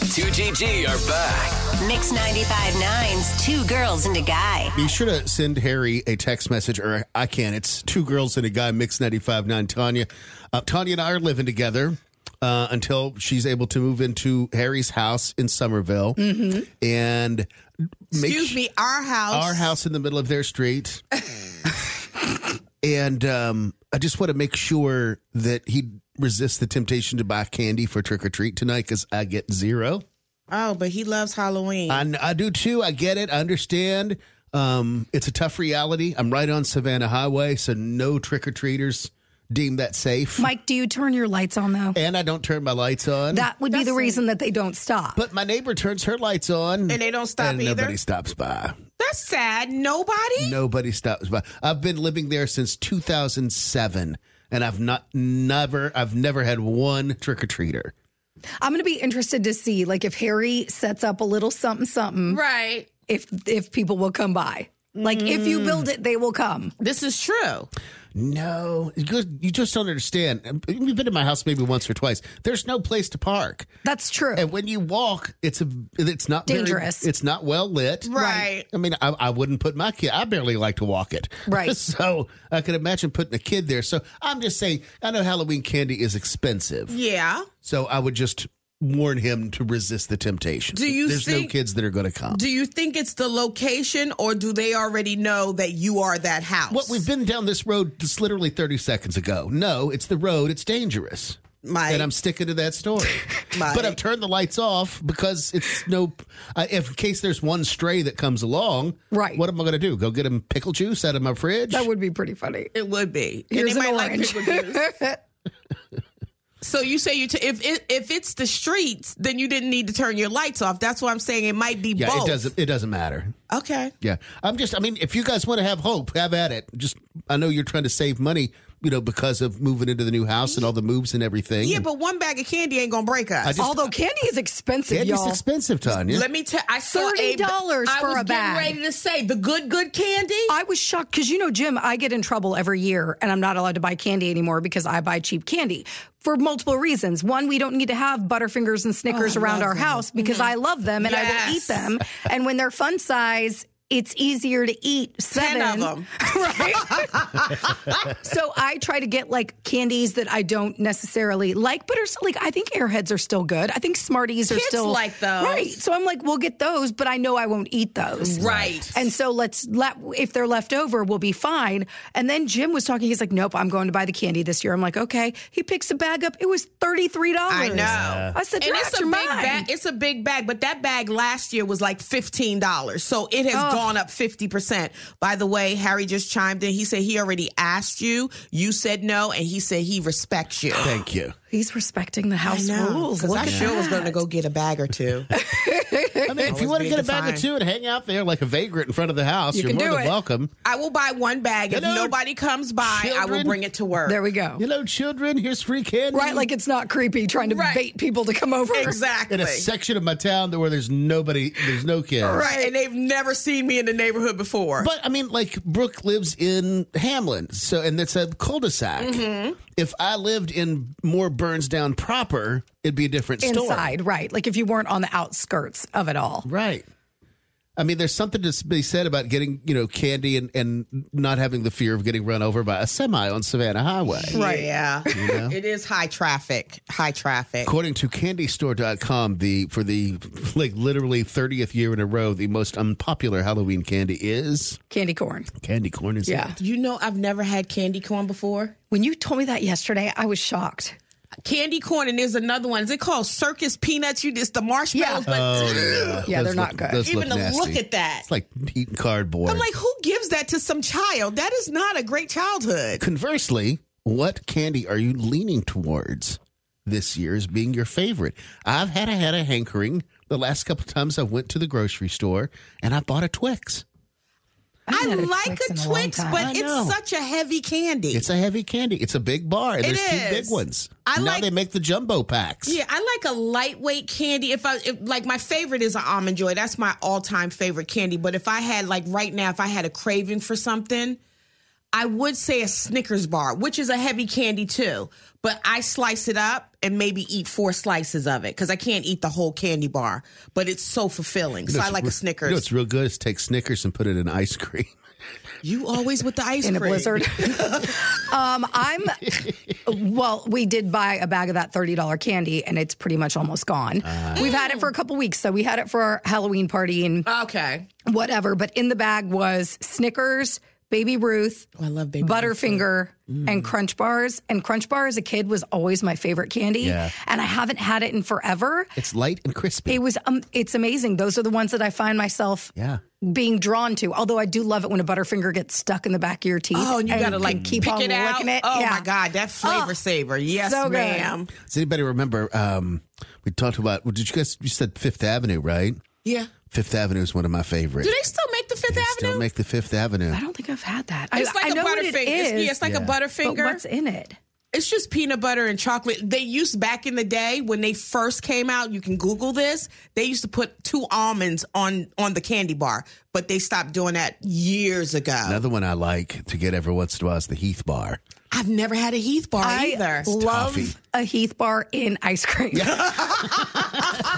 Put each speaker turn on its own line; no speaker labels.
B2GG are back.
Mix 95.9's Two Girls and a Guy.
Be sure to send Harry a text message, or I can. It's two girls and a guy, Mix 95.9 Tanya. Uh, Tanya and I are living together uh, until she's able to move into Harry's house in Somerville. And make
Mm-hmm. Excuse me, our house.
our house in the middle of their street. and um, I just want to make sure that he resists the temptation to buy candy for trick or treat tonight because I get zero.
Oh, but he loves Halloween.
I, kn- I do too. I get it. I understand. Um, it's a tough reality. I'm right on Savannah Highway, so no trick or treaters deem that safe.
Mike, do you turn your lights on though?
and I don't turn my lights on.
That would be the reason that they don't stop.
but my neighbor turns her lights on,
And they don't stop
and
either?
Nobody stops by.
That's sad. Nobody.
Nobody stops by. I've been living there since 2007, and I've not never I've never had one trick or treater.
I'm going to be interested to see like if Harry sets up a little something something
Right.
if if people will come by. Like if
Mm.
you build it, they will come.
This is true.
No, you just- you just don't understand. You've been to my house maybe once or twice. There's no place to park.
That's true.
And when you walk, it's a it's not very-
Dangerous.
it's not well lit.
Right.
I mean, I, I wouldn't put my kid. I barely like to walk it.
Right.
So I could imagine putting a kid there. So I'm just saying. I know Halloween candy is expensive.
Yeah.
So I would just warn him to resist the temptation.
Do you
There's no
think-
kids that are going to come.
Do you think it's the location, or do they already know that you are that house?
what we've been down this road just literally 30 seconds ago. No, it's the road. It's dangerous.
Mike.
and I'm sticking to that story.
Mike.
But I've turned the lights off because it's no. Uh, if in case there's one stray that comes along,
Right.
What am I going to do? Go get him pickle juice out of my fridge?
that would be pretty funny.
It would be. And
Here's
they might
an
like
orange.
pickle juice. so you say you t- if it, if it's the streets, then you didn't need to turn your lights off. That's why I'm saying it might be
yeah,
both.
it doesn't. It doesn't matter.
Okay.
Yeah, I'm just. I mean, if you guys want to have hope, have at it. Just I know you're trying to save money, you know, because of moving into the new house and all the moves and everything.
Yeah, but one bag of candy ain't gonna break us.
I just-
Although candy is expensive,
it's
y'all.
expensive, Tanya.
Let me tell. I saw a-
$30
I
for
was
a bag.
Getting ready to say the good, good candy.
I was shocked because you know, Jim, I get in trouble every year and I'm not allowed to buy candy anymore because I buy cheap candy for multiple reasons. One, we don't need to have Butterfingers and
Oh,
Snickers around our house because I love them and I will eat
Mm-hmm. Yes.
them. and when they're fun size, it's easier to eat seven
of them.
right? so I try to get like candies that I don't necessarily like, but are still, like I think Airheads are still good. I think Smarties are
Kids
still
like those.
right? So I'm like, we'll get those, but I know I won't eat those,
Right.
and so let's let if they're left over, we'll be fine. And then Jim was talking. He's like, "Nope, I'm going to buy the candy this year." I'm like, "Okay." He picks a bag up. It was thirty three dollars.
I know.
I said,
and
"You're
it's
out
a
your
big
mind."
bag. It's a big bag, but that bag last year was like fifteen dollars, so it has
Oh.
gone up fifty percent. By the way, Harry just chimed in. He said he already asked you. You said no, and he said he respects you.
Thank you.
He's respecting the house rules.
because
Look
I
at
sure was
that.
going to go get a bag or two.
I mean, if you
Always
want to
being
get a bag or
defined.
two and hang out there like a vagrant in front of the house,
You
are
can
more
do
than
it.
welcome.
I will buy one bag. If
Hello,
nobody comes by, I will
children.
bring it to work.
There we go.
You know, children, here's free candy.
Right, like it's not creepy trying to
Right.
bait people to come over.
Exactly.
in a section of my town that where there's nobody, there's no kids.
Right, and they've never seen me in the neighborhood before.
But I mean, like Brooke lives in Hamlin, so and that's a cul-de-sac. If I lived in more Burnsdown proper, it'd be a different story.
Inside, right? Like if you weren't on the outskirts of it all.
Right. I mean, there's something to be said about getting, you know, candy and, and not having the fear of getting run over by a semi on Savannah Highway.
right, yeah, it is high traffic. High traffic.
According to candystore.com, the for the like literally 30th year in a row, the most unpopular Halloween candy is
Candy corn.
candy corn is
Yeah.
You know, I've never had candy corn before.
When you told me that yesterday, I was shocked.
Candy corn, and there's another one. Is it called circus peanuts? You just the marshmallows, but
Oh,
Yeah, they're not good.
even to
Uh, nasty.
look at that,
It's like eating cardboard.
I'm like, who gives that to some child? That is not a great childhood.
Conversely, what candy are you leaning towards this year as being your favorite? I've had a had a hankering the last couple times I went to the grocery store and I bought a Twix.
haven't
I
had a
like
Twix
a
in a long
Twix,
time.
I
but
know.
it's such a heavy candy.
It's a heavy candy. It's a big bar. And
It
there's two
is.
big ones.
I
now
like-
they make the jumbo packs.
yeah, I like a lightweight candy. If I if, like, my favorite is an almond joy. That's my all time favorite candy. But if I had like right now, if I had a craving for something, I would say a Snickers bar, which is a heavy candy too, but I slice it up and maybe eat four slices of it because I can't eat the whole candy bar, but it's so fulfilling. so I like a Snickers.
You know what's real good is take Snickers and put it in ice cream.
you always with the ice
in a
cream.
blizzard. um, I'm well. We did buy a bag of that thirty dollar candy, and it's pretty much almost gone. We've had it for a couple weeks, so we had it for our Halloween party and
Okay.
whatever. But in the bag was Snickers, Baby Ruth,
Oh, I love Baby
Butterfinger, and Crunch Bars. And Crunch Bar as a kid was always my favorite candy,
Yeah.
and I haven't had it in forever.
It's light and crispy.
It was um, it's amazing. Those are the ones that I find myself
yeah.
being drawn to. Although I do love it when a butterfinger gets stuck in the back of your teeth.
Oh, and you gotta like
keep
pick
on
it Oh, out.
licking it.
Oh
Yeah.
my God, that flavor saver. Yes,
so good.
ma'am.
Does anybody remember? Um, we talked about. Well, did you guys? You said Fifth Avenue, right?
Yeah.
Fifth Avenue is one of my favorites.
Do they still make the Fifth
They
Avenue?
still make the Fifth Avenue.
I don't think I've had that.
it's
I,
like
I
a
know what
butterfinger.
it
It's,
is.
yeah, it's like a
Yeah.
but
butterfinger.
what's in it?
It's just peanut butter and chocolate. They used back in the day when they first came out. You can Google this. They used to put two almonds on on the candy bar, but they stopped doing that years ago.
Another one I like to get every once in a while is the Heath Bar.
I've never had a Heath bar
I
either.
love
toffee.
a Heath bar in ice cream.